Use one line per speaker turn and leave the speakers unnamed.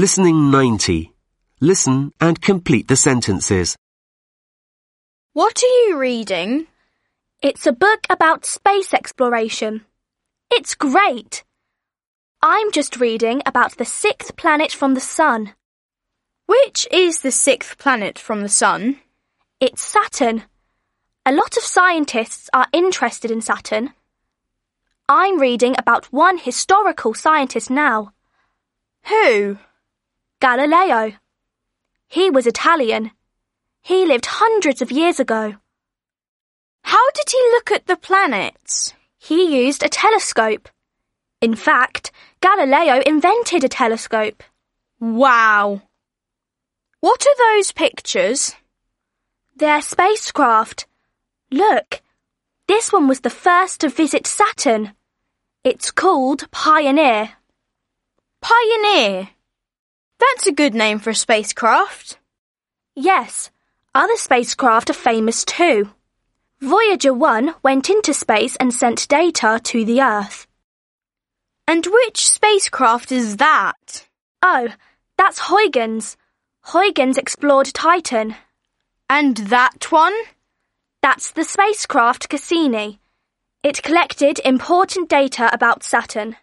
Listening 90. Listen and complete the sentences.
What are you reading?
It's a book about space exploration.
It's great.
I'm just reading about the sixth planet from the Sun.
Which is the sixth planet from the Sun?
It's Saturn. A lot of scientists are interested in Saturn. I'm reading about one historical scientist now,
Who?
Galileo. He was Italian. He lived hundreds of years ago.
How did he look at the planets?
He used a telescope. In fact, Galileo invented a telescope.
Wow. What are those pictures?
Their spacecraft. Look, this one was the first to visit Saturn. It's called Pioneer.
Pioneer. That's a good name for a spacecraft.
Yes, other spacecraft are famous too. Voyager 1 went into space and sent data to the Earth.
And which spacecraft is that?
Oh, that's Huygens. Huygens explored Titan.
And that one?
That's the spacecraft Cassini. It collected important data about Saturn.